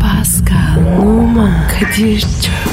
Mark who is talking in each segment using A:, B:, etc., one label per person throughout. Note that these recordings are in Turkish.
A: Pascal, Oman, Kadir çok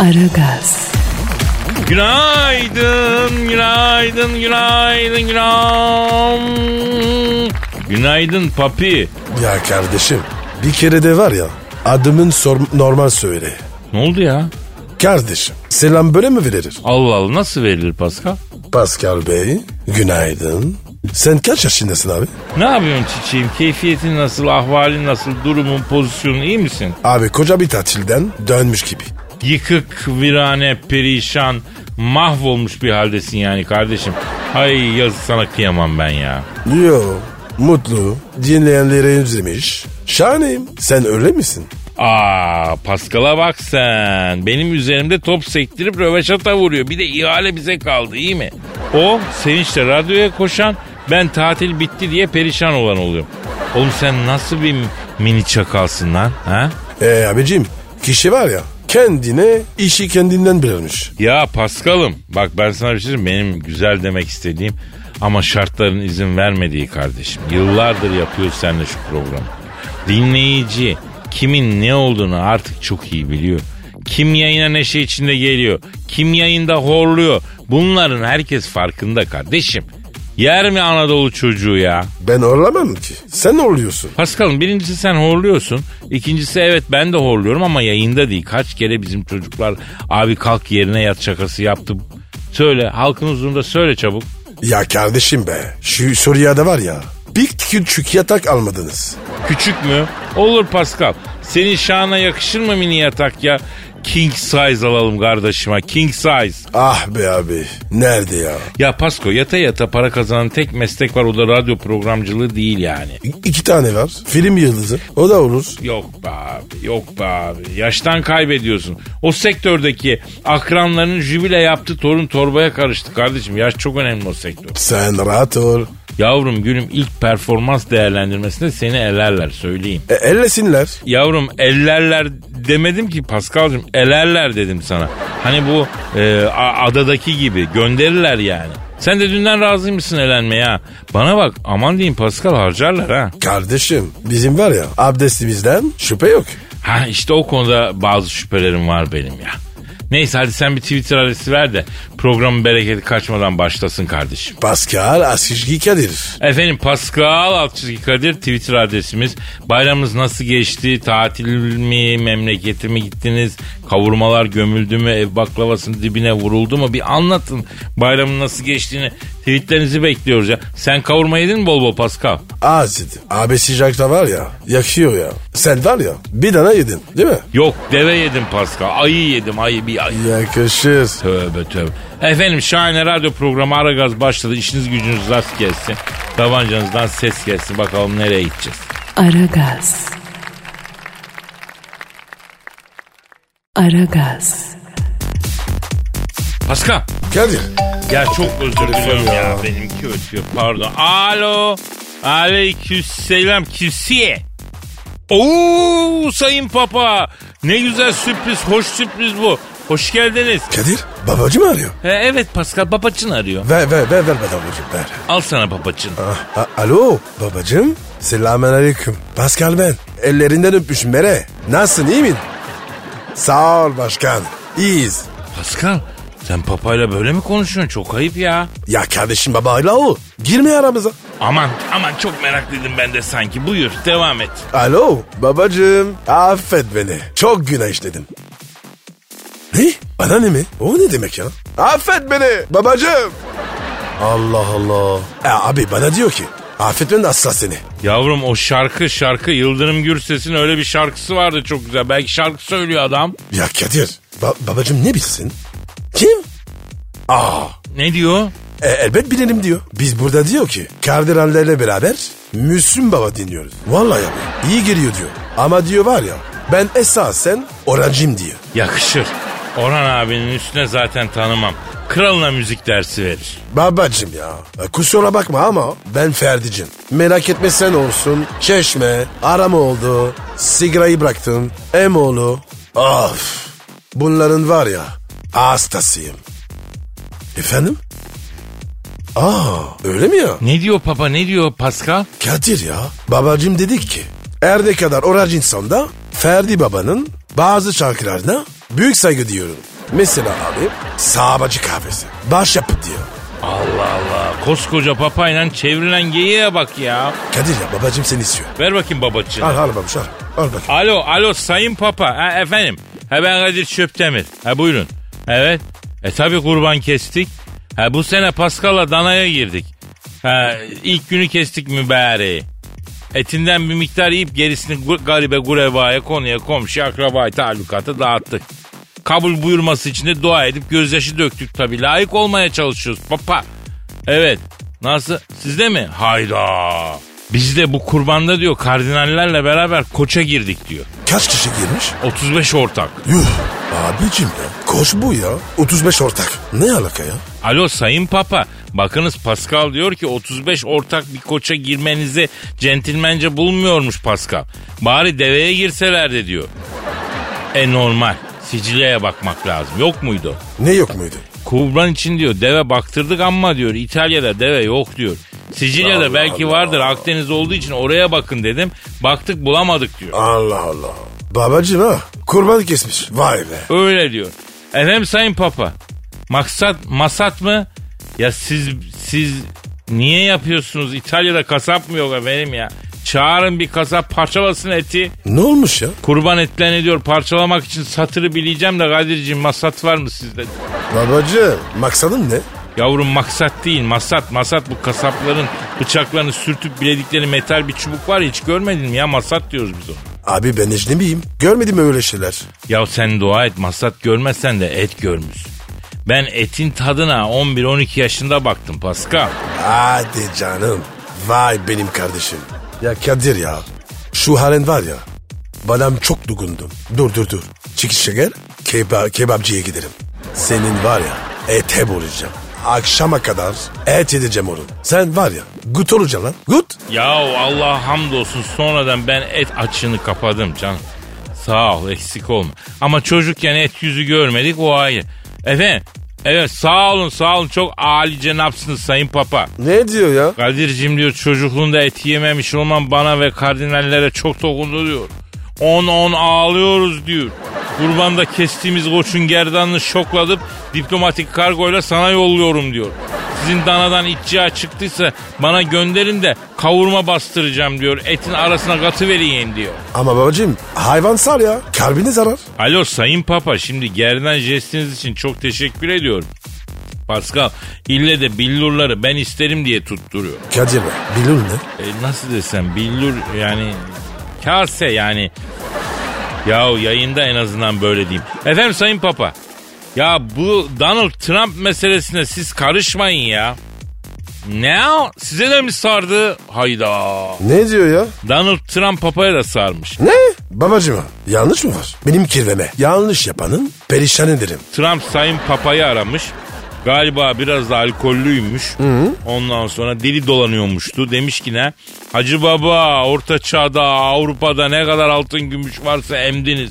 A: Aragaz,
B: Günaydın, günaydın, günaydın, günaydın. Günaydın papi.
C: Ya kardeşim bir kere de var ya adımın sor- normal söyle.
B: Ne oldu ya?
C: Kardeşim selam böyle mi verilir?
B: Allah Allah nasıl verilir Pascal?
C: Pascal Bey günaydın. Sen kaç yaşındasın abi?
B: Ne yapıyorsun çiçeğim? Keyfiyetin nasıl, ahvalin nasıl, durumun, pozisyonun iyi misin?
C: Abi koca bir tatilden dönmüş gibi.
B: Yıkık, virane, perişan, mahvolmuş bir haldesin yani kardeşim. Ay yazık sana kıyamam ben ya.
C: Yo mutlu dinleyenlere üzülmüş. Şahaneyim sen öyle misin?
B: Aa Paskal'a bak sen. Benim üzerimde top sektirip röveşata vuruyor. Bir de ihale bize kaldı iyi mi? O sevinçle radyoya koşan ben tatil bitti diye perişan olan oluyor. Oğlum sen nasıl bir mini çakalsın lan? Ha?
C: E abicim kişi var ya kendine işi kendinden bilirmiş.
B: Ya Paskal'ım bak ben sana bir şey söyleyeyim. Benim güzel demek istediğim ama şartların izin vermediği kardeşim. Yıllardır yapıyoruz seninle şu programı. Dinleyici kimin ne olduğunu artık çok iyi biliyor. Kim yayına neşe içinde geliyor. Kim yayında horluyor. Bunların herkes farkında kardeşim. Yer mi Anadolu çocuğu ya?
C: Ben orlamam ki. Sen orluyorsun.
B: Paskal'ım birincisi sen horluyorsun. İkincisi evet ben de horluyorum ama yayında değil. Kaç kere bizim çocuklar abi kalk yerine yat şakası yaptı. Söyle halkın huzurunda söyle çabuk.
C: Ya kardeşim be şu Suriye'de var ya bir küçük yatak almadınız.
B: Küçük mü? Olur Pascal. Senin şahına yakışır mı mini yatak ya? King size alalım kardeşime. King size.
C: Ah be abi nerede ya?
B: Ya Pasko yata yata para kazanan tek meslek var o da radyo programcılığı değil yani.
C: İ- iki tane var film yıldızı o da olur.
B: Yok be abi, yok be abi. Yaştan kaybediyorsun. O sektördeki akranların jübile yaptı torun torbaya karıştı kardeşim. Yaş çok önemli o sektör.
C: Sen rahat ol.
B: Yavrum gülüm ilk performans değerlendirmesinde seni elerler söyleyeyim.
C: E, ellesinler.
B: Yavrum ellerler demedim ki Paskal'cığım elerler dedim sana. Hani bu e, a- adadaki gibi gönderirler yani. Sen de dünden razı mısın elenmeye ha? Bana bak aman diyeyim Paskal harcarlar ha.
C: Kardeşim bizim var ya abdestimizden şüphe yok.
B: Ha işte o konuda bazı şüphelerim var benim ya. Neyse hadi sen bir Twitter adresi ver de programın bereketi kaçmadan başlasın kardeşim.
C: Pascal Askizgi Kadir.
B: Efendim Pascal Altçizgi Kadir Twitter adresimiz. Bayramınız nasıl geçti? Tatil mi? Memlekete mi gittiniz? Kavurmalar gömüldü mü? Ev baklavasının dibine vuruldu mu? Bir anlatın bayramın nasıl geçtiğini. Tweetlerinizi bekliyoruz ya. Sen kavurma yedin mi bol bol Pascal?
C: Azid. Abi sıcakta var ya yakıyor ya. Sen var ya bir tane yedin değil mi?
B: Yok deve yedim Pascal. Ayı yedim ayı bir ayı.
C: Yakışır.
B: Tövbe tövbe. Efendim şahane radyo programı Aragaz başladı. İşiniz gücünüz rast gelsin. Tabancanızdan ses gelsin. Bakalım nereye gideceğiz.
A: Aragaz. Aragaz,
B: Pascal.
C: Kadir.
B: Ya çok özür diliyorum
C: ya.
B: ya. Benimki ötüyor. Pardon. Alo. Aleykümselam. Kimsiye. Oo sayın papa. Ne güzel sürpriz. Hoş sürpriz bu. Hoş geldiniz.
C: Kadir babacım arıyor.
B: He, evet Pascal babacın arıyor.
C: Ver ver ver ver babacım ver.
B: Al sana babacın.
C: Ah, a- alo babacım. Selamun aleyküm. Pascal ben. Ellerinden öpmüş Mere. Nasılsın iyi misin? Sağ ol başkan. İyiyiz.
B: Pascal sen papayla böyle mi konuşuyorsun? Çok ayıp ya.
C: Ya kardeşim babayla o. Girme aramıza.
B: Aman aman çok meraklıydım ben de sanki. Buyur devam et.
C: Alo babacım. Affet beni. Çok günah işledim. Ne? Bana ne mi? O ne demek ya? Affet beni babacım. Allah Allah. E, abi bana diyor ki affet beni de asla seni.
B: Yavrum o şarkı şarkı Yıldırım Gürses'in öyle bir şarkısı vardı çok güzel. Belki şarkı söylüyor adam.
C: Ya Kadir ba- babacım ne bilsin? Kim? Aa
B: Ne diyor?
C: E, elbet bilelim diyor. Biz burada diyor ki kardinallerle beraber Müslüm Baba dinliyoruz. Vallahi abi iyi geliyor diyor. Ama diyor var ya ben esasen orancım diyor.
B: Yakışır. Orhan abinin üstüne zaten tanımam. Kralına müzik dersi verir.
C: Babacım ya e, kusura bakma ama ben Ferdi'cim. Merak etme sen olsun. Çeşme, aram oldu. Sigarayı bıraktım. Emoğlu. Of. Bunların var ya hastasıyım. Efendim? Aa öyle mi ya?
B: Ne diyor papa ne diyor Pascal?
C: Kadir ya. Babacım dedik ki erde kadar oraj insanda Ferdi babanın bazı şarkılarına büyük saygı diyorum. Mesela abi sahabacı kahvesi. Başyapıt diyor.
B: Allah Allah. Koskoca papayla çevrilen geyiğe bak ya.
C: Kadir ya babacım seni istiyor.
B: Ver bakayım babacığım.
C: Al al babuş al. Al bak.
B: Alo alo sayın papa. Ha, efendim. Ha ben Kadir Çöptemir. Ha buyurun. Evet. E tabi kurban kestik. Ha bu sene Pascal'la danaya girdik. Ha ilk günü kestik mübareği. Etinden bir miktar yiyip gerisini gu- garibe gurebaya konuya komşu akrabaya talukata dağıttık. Kabul buyurması için de dua edip gözyaşı döktük tabi. Layık olmaya çalışıyoruz papa. Evet. Nasıl? Sizde mi? Hayda. Biz de bu kurbanda diyor kardinallerle beraber koça girdik diyor.
C: Kaç kişi girmiş?
B: 35 ortak.
C: Yuh. Abicim ya. Koş bu ya. 35 ortak. Ne alaka ya?
B: Alo Sayın Papa. Bakınız Pascal diyor ki 35 ortak bir koça girmenizi centilmence bulmuyormuş Pascal. Bari deveye girselerdi diyor. E normal. Sicilya'ya bakmak lazım. Yok muydu?
C: Ne yok muydu?
B: Kurban için diyor deve baktırdık ama diyor İtalya'da deve yok diyor. Sicilya'da
C: Allah
B: belki
C: Allah.
B: vardır Akdeniz olduğu için oraya bakın dedim. Baktık bulamadık diyor.
C: Allah Allah. Babacım ha. Kurban kesmiş. Vay be.
B: Öyle diyor. Efendim Sayın Papa. Maksat masat mı? Ya siz siz niye yapıyorsunuz? İtalya'da kasap mı yok efendim ya? Çağırın bir kasap parçalasın eti.
C: Ne olmuş ya?
B: Kurban etlerini diyor parçalamak için satırı bileceğim de Kadir'ciğim masat var mı sizde?
C: Babacım maksadın ne?
B: Yavrum maksat değil masat masat bu kasapların bıçaklarını sürtüp biledikleri metal bir çubuk var ya, hiç görmedin mi ya masat diyoruz biz ona.
C: Abi ben ecnebiyim. Görmedim öyle şeyler.
B: Ya sen dua et masat görmezsen de et görmüşsün. Ben etin tadına 11-12 yaşında baktım Pascal.
C: Hadi canım. Vay benim kardeşim. Ya Kadir ya. Şu halen var ya. Badam çok dugundum. Dur dur dur. Çıkışa gel. Keba, kebapçıya giderim. Senin var ya ete bulacağım. Akşama kadar et edeceğim onu. Sen var ya gut olacaksın lan. Gut.
B: Yahu Allah'a hamdolsun sonradan ben et açığını kapadım canım. Sağ ol eksik olma. Ama çocukken et yüzü görmedik o ayrı. Efendim evet sağ olun sağ olun çok âli cenapsınız sayın papa.
C: Ne diyor ya?
B: Kadir'cim diyor çocukluğunda et yememiş olman bana ve kardinallere çok dokundu diyor. On on ağlıyoruz diyor. Kurbanda kestiğimiz koçun gerdanını şokladıp diplomatik kargoyla sana yolluyorum diyor. Sizin danadan içciğe çıktıysa bana gönderin de kavurma bastıracağım diyor. Etin arasına katı vereyim diyor.
C: Ama babacığım hayvan sar ya. Kalbine zarar.
B: Alo Sayın Papa şimdi gerdan jestiniz için çok teşekkür ediyorum. Pascal ille de billurları ben isterim diye tutturuyor.
C: Kadir be. Bilul ne?
B: E, nasıl desem billur yani kase yani. Yahu yayında en azından böyle diyeyim. Efendim Sayın Papa. Ya bu Donald Trump meselesine siz karışmayın ya. Ne o? Size de mi sardı? Hayda.
C: Ne diyor ya?
B: Donald Trump Papa'ya da sarmış.
C: Ne? Babacığım yanlış mı var? Benim kirveme. Yanlış yapanın perişan ederim.
B: Trump Sayın Papa'yı aramış. Galiba biraz da alkollüymüş. Ondan sonra dili dolanıyormuştu. Demiş ki ne? Hacı baba Orta Çağ'da Avrupa'da ne kadar altın gümüş varsa emdiniz.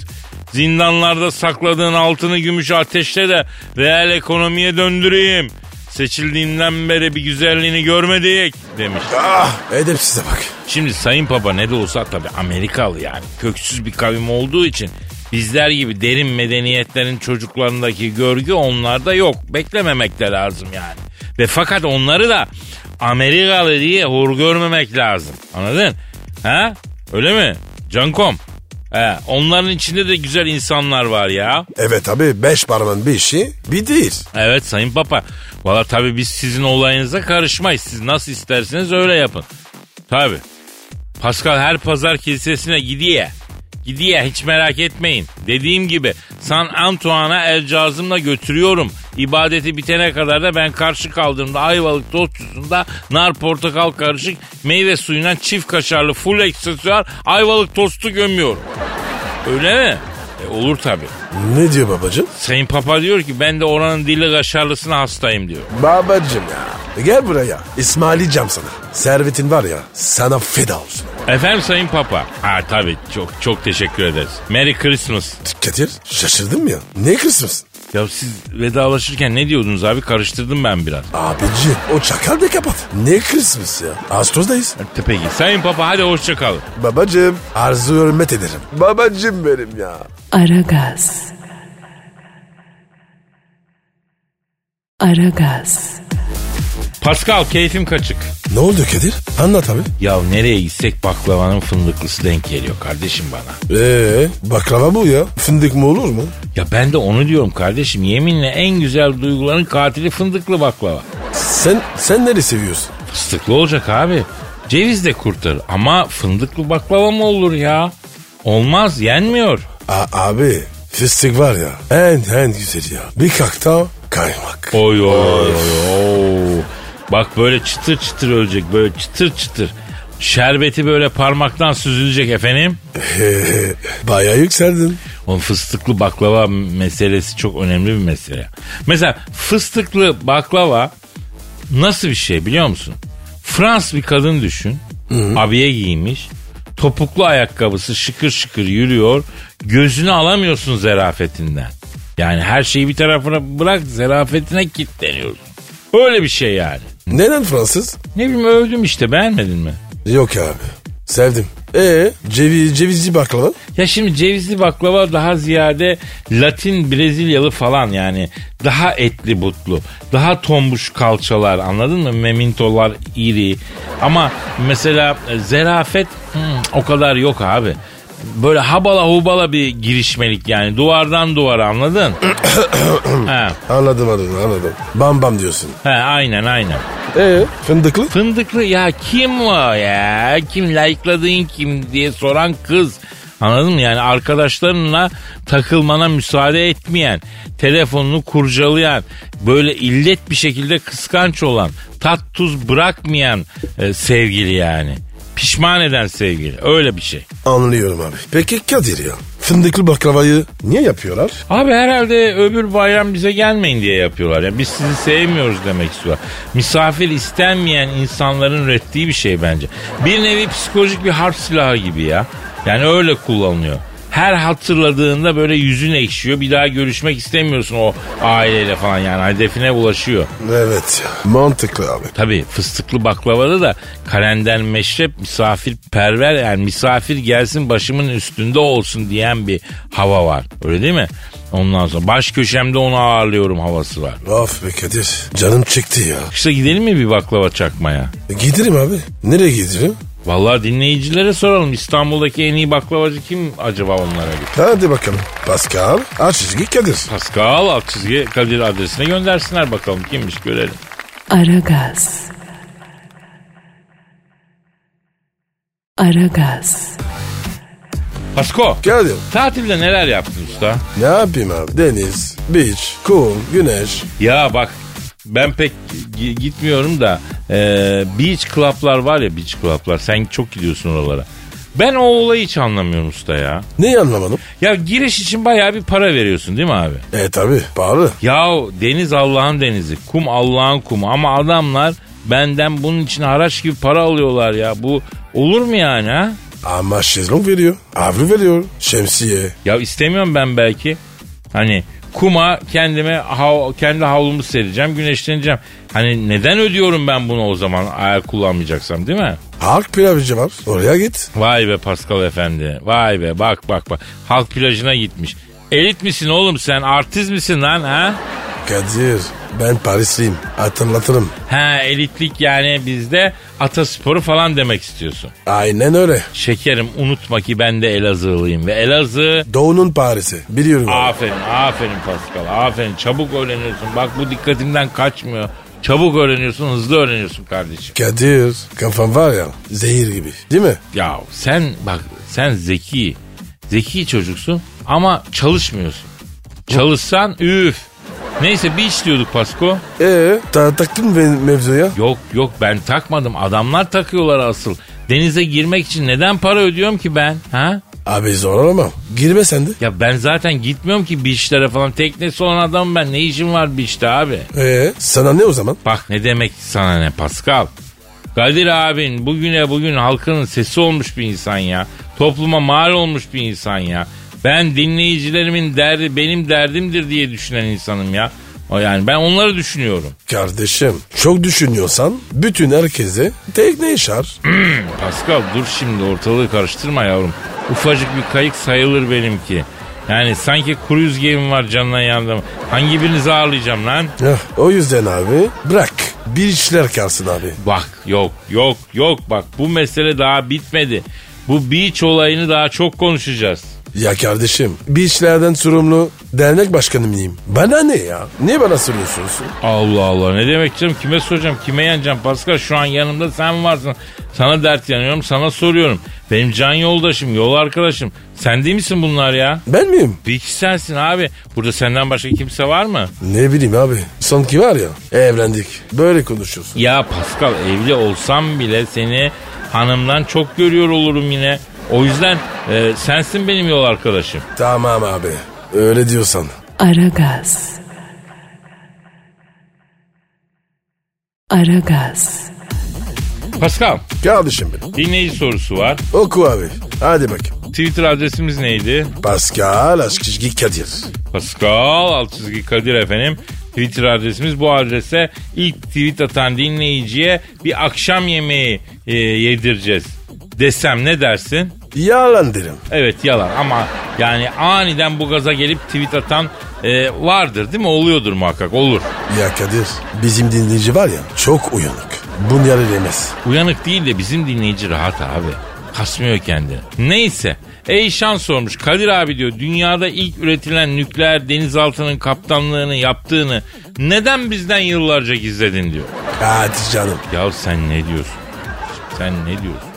B: Zindanlarda sakladığın altını gümüş ateşle de reel ekonomiye döndüreyim. Seçildiğinden beri bir güzelliğini görmedik demiş.
C: Ah edepsize bak.
B: Şimdi Sayın Papa ne de olsa tabii Amerikalı yani. Köksüz bir kavim olduğu için bizler gibi derin medeniyetlerin çocuklarındaki görgü onlarda yok. Beklememek de lazım yani. Ve fakat onları da Amerikalı diye hor görmemek lazım. Anladın? Ha? Öyle mi? Cankom. He, onların içinde de güzel insanlar var ya.
C: Evet abi beş parmağın bir işi bir değil.
B: Evet Sayın Papa. Valla tabii biz sizin olayınıza karışmayız. Siz nasıl isterseniz öyle yapın. Tabii. Pascal her pazar kilisesine gidiyor. Gidiyor hiç merak etmeyin. Dediğim gibi San Antuan'a el cazımla götürüyorum. İbadeti bitene kadar da ben karşı kaldığımda Ayvalık tostçusunda nar portakal karışık meyve suyundan çift kaşarlı full aksesuar Ayvalık tostu gömüyorum. Öyle mi? E, olur tabii.
C: Ne diyor babacım?
B: Sayın Papa diyor ki ben de oranın dili kaşarlısına hastayım diyor.
C: Babacım ya. E, Gel buraya. İsmail'i cam sana. Servetin var ya sana feda olsun.
B: Efendim Sayın Papa. Ha tabii çok çok teşekkür ederiz. Merry Christmas.
C: Kadir şaşırdın mı ya? Ne kırsın?
B: Ya siz vedalaşırken ne diyordunuz abi karıştırdım ben biraz.
C: Abici o çakal da kapat. Ne Christmas ya? Ağustos'dayız.
B: E, Peki Sayın Papa hadi hoşça kalın.
C: Babacım arzu hürmet ederim. Babacım benim ya.
A: Aragaz. Aragaz.
B: Pascal keyfim kaçık.
C: Ne oldu Kadir? Anlat abi.
B: Ya nereye gitsek baklavanın fındıklısı denk geliyor kardeşim bana.
C: Eee baklava bu ya. Fındık mı olur mu?
B: Ya ben de onu diyorum kardeşim yeminle en güzel duyguların katili fındıklı baklava.
C: Sen sen neresi seviyorsun?
B: Fıstıklı olacak abi. Ceviz de kurtarır ama fındıklı baklava mı olur ya? Olmaz yenmiyor.
C: A- abi fıstık var ya en en güzel ya. Bir kakta kaymak.
B: Oy oy oy oy. Bak böyle çıtır çıtır ölecek böyle çıtır çıtır. Şerbeti böyle parmaktan süzülecek efendim.
C: Bayağı yükseldin.
B: O fıstıklı baklava meselesi çok önemli bir mesele. Mesela fıstıklı baklava nasıl bir şey biliyor musun? Frans bir kadın düşün. Abiye giymiş. Topuklu ayakkabısı şıkır şıkır yürüyor. Gözünü alamıyorsun zerafetinden. Yani her şeyi bir tarafına bırak zerafetine kilitleniyorsun. Öyle bir şey yani.
C: Neden Fransız?
B: Ne bileyim övdüm işte beğenmedin mi?
C: Yok abi. Sevdim. Ee ceviz, cevizci baklava?
B: Ya şimdi cevizli baklava daha ziyade Latin Brezilyalı falan yani. Daha etli butlu. Daha tombuş kalçalar anladın mı? Memintolar iri. Ama mesela e, zerafet hmm, o kadar yok abi. Böyle habala hubala bir girişmelik yani. Duvardan duvara anladın? ha,
C: Anladım anladım anladım. Bam bam diyorsun.
B: ha, aynen aynen.
C: Ee fındıklı?
B: Fındıklı ya kim o ya? Kim like'ladığın kim diye soran kız. Anladın mı? Yani arkadaşlarınla takılmana müsaade etmeyen, telefonunu kurcalayan, böyle illet bir şekilde kıskanç olan, tat tuz bırakmayan e, sevgili yani. Pişman eden sevgili. Öyle bir şey.
C: Anlıyorum abi. Peki Kadir ya. Fındıklı baklavayı niye yapıyorlar?
B: Abi herhalde öbür bayram bize gelmeyin diye yapıyorlar. Yani biz sizi sevmiyoruz demek istiyorlar. Misafir istenmeyen insanların ürettiği bir şey bence. Bir nevi psikolojik bir harp silahı gibi ya. Yani öyle kullanılıyor. Her hatırladığında böyle yüzün ekşiyor. Bir daha görüşmek istemiyorsun o aileyle falan yani. Hani Hedefine ulaşıyor.
C: Evet ya. Mantıklı abi.
B: Tabii fıstıklı baklavada da kalender meşrep misafirperver yani misafir gelsin başımın üstünde olsun diyen bir hava var. Öyle değil mi? Ondan sonra baş köşemde onu ağırlıyorum havası var.
C: Of be Kadir. Canım çekti ya.
B: İşte gidelim mi bir baklava çakmaya?
C: E, Giderim abi. Nereye giderim?
B: Vallahi dinleyicilere soralım İstanbul'daki en iyi baklavacı kim acaba onlara git.
C: Hadi bakalım. Pascal. Açıcı Kadir.
B: Pascal alt çizgi Kadir adresine göndersinler bakalım kimmiş görelim.
A: Aragaz. Aragaz.
B: Pasko
C: Kadir.
B: tatilde neler yaptın usta?
C: Ne yapayım abi? Deniz, beach, kum, güneş.
B: Ya bak ben pek gi- gitmiyorum da e, beach club'lar var ya beach club'lar sen çok gidiyorsun oralara. Ben o olayı hiç anlamıyorum usta ya.
C: Neyi anlamadım?
B: Ya giriş için bayağı bir para veriyorsun değil mi abi?
C: E tabi pahalı.
B: Yahu deniz Allah'ın denizi, kum Allah'ın kumu ama adamlar benden bunun için haraç gibi para alıyorlar ya. Bu olur mu yani ha?
C: Ama şezlong veriyor. Avlu veriyor. Şemsiye.
B: Ya istemiyorum ben belki. Hani kuma kendime hav- kendi havlumu sereceğim, güneşleneceğim. Hani neden ödüyorum ben bunu o zaman eğer kullanmayacaksam değil mi?
C: Halk pilavcı var. Oraya git.
B: Vay be Pascal efendi. Vay be bak bak bak. Halk plajına gitmiş. Elit misin oğlum sen? Artist misin lan ha?
C: Kadir ben Parisliyim. Hatırlatırım.
B: Ha elitlik yani bizde atasporu falan demek istiyorsun.
C: Aynen öyle.
B: Şekerim unutma ki ben de Elazığlıyım ve Elazığ
C: Doğu'nun Paris'i. Biliyorum. abi.
B: Aferin, aferin Pascal. Aferin. Çabuk öğreniyorsun. Bak bu dikkatimden kaçmıyor. Çabuk öğreniyorsun, hızlı öğreniyorsun kardeşim.
C: Kadir kafam var ya zehir gibi değil mi?
B: Ya sen bak sen zeki, Zeki çocuksun ama çalışmıyorsun. Çalışsan üf. Neyse bir iş diyorduk Pasko.
C: Ee, ta taktın mı benim mevzuya?
B: Yok yok ben takmadım. Adamlar takıyorlar asıl. Denize girmek için neden para ödüyorum ki ben? Ha?
C: Abi zorlamam. Girme sen de.
B: Ya ben zaten gitmiyorum ki beachlere falan. Teknesi olan adam ben. Ne işim var beachte abi?
C: Ee, sana ne o zaman?
B: Bak ne demek sana ne Pascal. Kadir abin bugüne bugün halkının sesi olmuş bir insan ya. Topluma mal olmuş bir insan ya. Ben dinleyicilerimin derdi benim derdimdir diye düşünen insanım ya. O yani ben onları düşünüyorum.
C: Kardeşim çok düşünüyorsan bütün herkese tekne işar.
B: Pascal dur şimdi ortalığı karıştırma yavrum. Ufacık bir kayık sayılır benimki. Yani sanki kuru yüz gemim var canına yandım. Hangi birinizi ağırlayacağım lan?
C: Heh, o yüzden abi bırak bir işler kalsın abi.
B: Bak yok yok yok bak bu mesele daha bitmedi. Bu beach olayını daha çok konuşacağız.
C: Ya kardeşim bir işlerden sorumlu dernek başkanı mıyım? Bana ne ya? Niye bana soruyorsunuz?
B: Allah Allah ne demek canım kime soracağım kime yanacağım Pascal şu an yanımda sen varsın. Sana dert yanıyorum sana soruyorum. Benim can yoldaşım yol arkadaşım sen değil misin bunlar ya?
C: Ben miyim?
B: Beach sensin abi burada senden başka kimse var mı?
C: Ne bileyim abi. Sanki var ya evlendik. Böyle konuşuyorsun.
B: Ya Pascal evli olsam bile seni hanımdan çok görüyor olurum yine. O yüzden e, sensin benim yol arkadaşım.
C: Tamam abi. Öyle diyorsan.
A: Aragaz. Aragaz.
B: Pascal
C: Kardeşim benim.
B: dinleyici sorusu var.
C: Oku abi. Hadi bak.
B: Twitter adresimiz neydi?
C: Pascal Askizgi Kadir.
B: Pascal alt çizgi Kadir efendim. Twitter adresimiz bu adrese ilk tweet atan dinleyiciye bir akşam yemeği e, yedireceğiz desem ne dersin?
C: Yalan derim.
B: Evet yalan ama yani aniden bu gaza gelip tweet atan e, vardır değil mi? Oluyordur muhakkak olur.
C: Ya Kadir bizim dinleyici var ya çok uyanık. Bunları yemez.
B: Uyanık değil de bizim dinleyici rahat abi. Kasmıyor kendini. Neyse. Ey şans sormuş. Kadir abi diyor dünyada ilk üretilen nükleer denizaltının kaptanlığını yaptığını neden bizden yıllarca gizledin diyor.
C: Hadi canım.
B: Ya sen ne diyorsun? Sen ne diyorsun?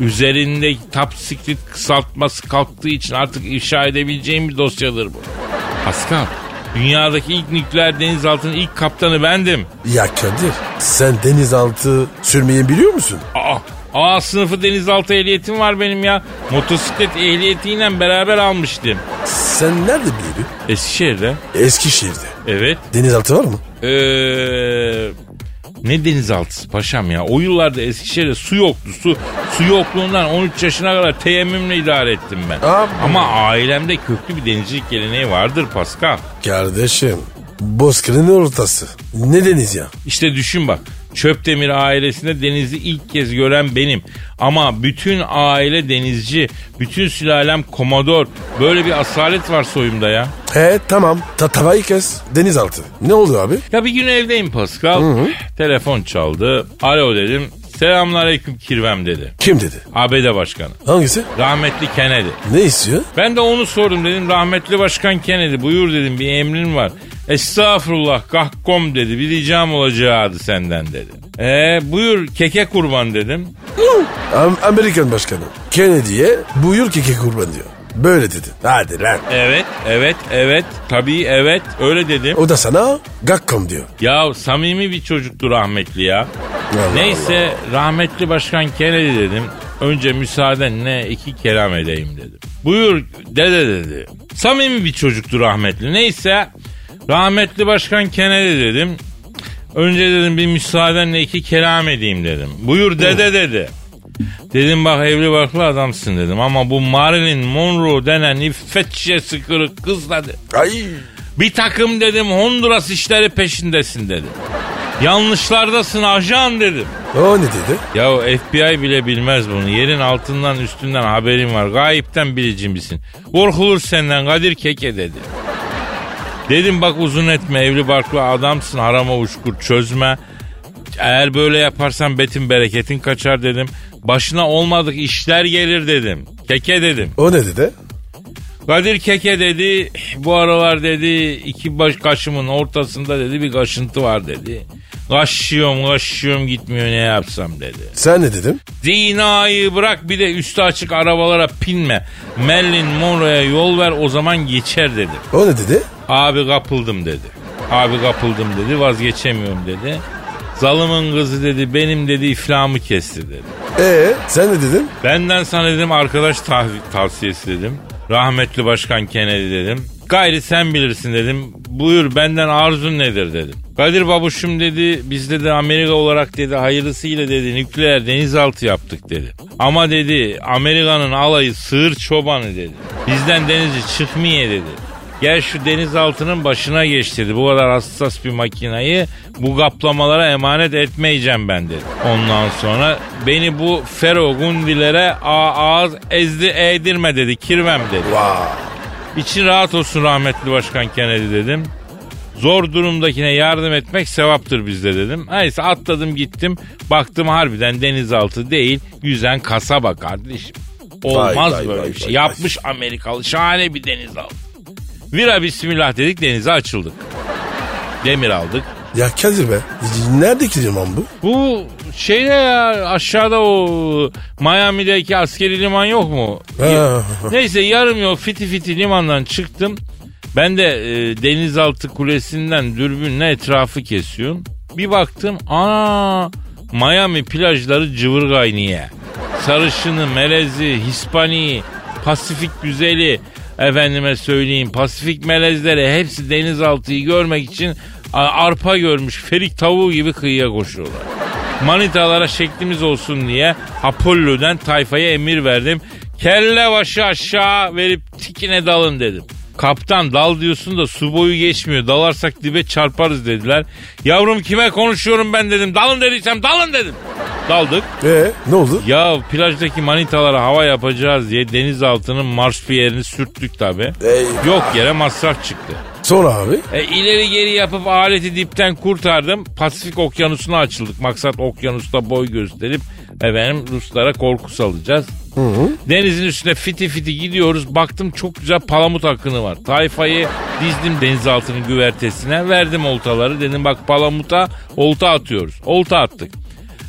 B: Üzerinde top secret kısaltması kalktığı için artık ifşa edebileceğim bir dosyadır bu. Pascal, dünyadaki ilk nükleer denizaltının ilk kaptanı bendim.
C: Ya Kadir sen denizaltı sürmeyi biliyor musun?
B: Aa, A sınıfı denizaltı ehliyetim var benim ya. Motosiklet ehliyetiyle beraber almıştım.
C: Sen nerede büyüdün?
B: Eskişehir'de.
C: Eskişehir'de.
B: Evet.
C: Denizaltı var mı?
B: Ee, ne denizaltısı paşam ya. O yıllarda Eskişehir'de su yoktu. Su, su yokluğundan 13 yaşına kadar teyemmümle idare ettim ben.
C: Abi.
B: Ama ailemde köklü bir denizcilik geleneği vardır Pascal.
C: Kardeşim Bozkır'ın ortası. Ne deniz ya?
B: İşte düşün bak. Çöpdemir ailesinde denizi ilk kez gören benim. Ama bütün aile denizci, bütün sülalem komodor. Böyle bir asalet var soyumda ya.
C: He tamam. Tatavayı kes. Denizaltı. Ne oldu abi?
B: Ya bir gün evdeyim Pascal. Telefon çaldı. Alo dedim. Selamünaleyküm kirvem dedi.
C: Kim dedi?
B: ABD başkanı.
C: Hangisi?
B: Rahmetli Kennedy.
C: Ne istiyor?
B: Ben de onu sordum dedim. Rahmetli Başkan Kennedy buyur dedim bir emrin var. Estağfurullah kahkom dedi. Bir ricam olacağı senden dedi. Ee buyur keke kurban dedim.
C: Am- Amerikan başkanı. Kennedy'ye buyur ki ki kurban diyor. Böyle dedi. Hadi lan.
B: Evet, evet, evet. Tabii evet. Öyle dedim.
C: O da sana gakkom diyor.
B: Ya samimi bir çocuktu rahmetli ya.
C: Allah
B: Neyse rahmetli başkan Kennedy dedim. Önce müsaadenle iki kelam edeyim dedim. Buyur dede dedi. Samimi bir çocuktu rahmetli. Neyse rahmetli başkan Kennedy dedim. Önce dedim bir müsaadenle iki kelam edeyim dedim. Buyur dede dedi. Dedim bak evli barklı adamsın dedim ama bu Marilyn Monroe denen iffet şişesi kırık kız dedi.
C: Allah. Ay.
B: Bir takım dedim Honduras işleri peşindesin dedim. Yanlışlardasın ajan dedim.
C: O ne dedi?
B: Ya FBI bile bilmez bunu. Yerin altından üstünden haberin var. Gayipten bilici misin? Korkulur senden Kadir Keke dedi. Dedim bak uzun etme evli barklı adamsın harama uçkur çözme. Eğer böyle yaparsan betin bereketin kaçar dedim. Başına olmadık işler gelir dedim. Keke dedim.
C: O ne dedi?
B: Kadir Keke dedi bu aralar dedi iki baş kaşımın ortasında dedi bir kaşıntı var dedi. Kaşıyorum kaşıyorum gitmiyor ne yapsam dedi.
C: Sen ne dedin?
B: Zinayı bırak bir de üstü açık arabalara pinme. Merlin Monroe'ya yol ver o zaman geçer dedi.
C: O ne dedi?
B: Abi kapıldım dedi. Abi kapıldım dedi vazgeçemiyorum dedi. Zalımın kızı dedi benim dedi iflamı kesti dedi.
C: Ee sen ne dedin?
B: Benden sana dedim arkadaş tav- tavsiyesi dedim. Rahmetli Başkan Kennedy dedim. Gayri sen bilirsin dedim. Buyur benden arzun nedir dedim. Kadir babuşum dedi biz dedi Amerika olarak dedi hayırlısıyla dedi nükleer denizaltı yaptık dedi. Ama dedi Amerika'nın alayı sığır çobanı dedi. Bizden denizi çıkmıyor dedi. Gel şu denizaltının başına geç dedi. Bu kadar hassas bir makinayı bu kaplamalara emanet etmeyeceğim ben dedi. Ondan sonra beni bu fero gundilere a- ağız ezdi eğdirme dedi. Kirvem dedi.
C: Vay.
B: İçin rahat olsun rahmetli başkan Kennedy dedim. Zor durumdakine yardım etmek sevaptır bizde dedim. Neyse atladım gittim. Baktım harbiden denizaltı değil yüzen kasaba kardeşim. Olmaz
C: Vay, vay,
B: böyle
C: vay,
B: bir şey.
C: vay,
B: Yapmış Amerikalı şahane bir denizaltı. Vira bismillah dedik denize açıldık. Demir aldıc
C: Ya Kadir be. Nerede ki liman bu?
B: Bu şeyde ya aşağıda o Miami'deki askeri liman yok mu?
C: Ha.
B: Ya- Neyse yarım yol fiti fiti limandan çıktım. Ben de e, denizaltı kulesinden dürbünle etrafı kesiyorum. Bir baktım ana Miami plajları cıvırgay niye? Sarışını, melezi, hispaniği, Pasifik güzeli efendime söyleyeyim. Pasifik melezleri hepsi denizaltıyı görmek için a- arpa görmüş ferik tavuğu gibi kıyıya koşuyorlar. Manitalara şeklimiz olsun diye Apollo'dan tayfaya emir verdim. Kelle başı aşağı verip tikine dalın dedim. Kaptan dal diyorsun da su boyu geçmiyor. Dalarsak dibe çarparız dediler. Yavrum kime konuşuyorum ben dedim. Dalın dediysem dalın dedim. Daldık.
C: Ee ne oldu?
B: Ya plajdaki manitalara hava yapacağız diye denizaltının marş bir yerini sürttük tabi.
C: Eyvah.
B: Yok yere masraf çıktı.
C: Sonra abi.
B: E, ileri geri yapıp aleti dipten kurtardım. Pasifik okyanusuna açıldık. Maksat okyanusta boy gösterip efendim Ruslara korku salacağız. Denizin üstüne fiti fiti gidiyoruz. Baktım çok güzel palamut akını var. Tayfayı dizdim denizaltının güvertesine. Verdim oltaları. Dedim bak palamuta olta atıyoruz. Olta attık.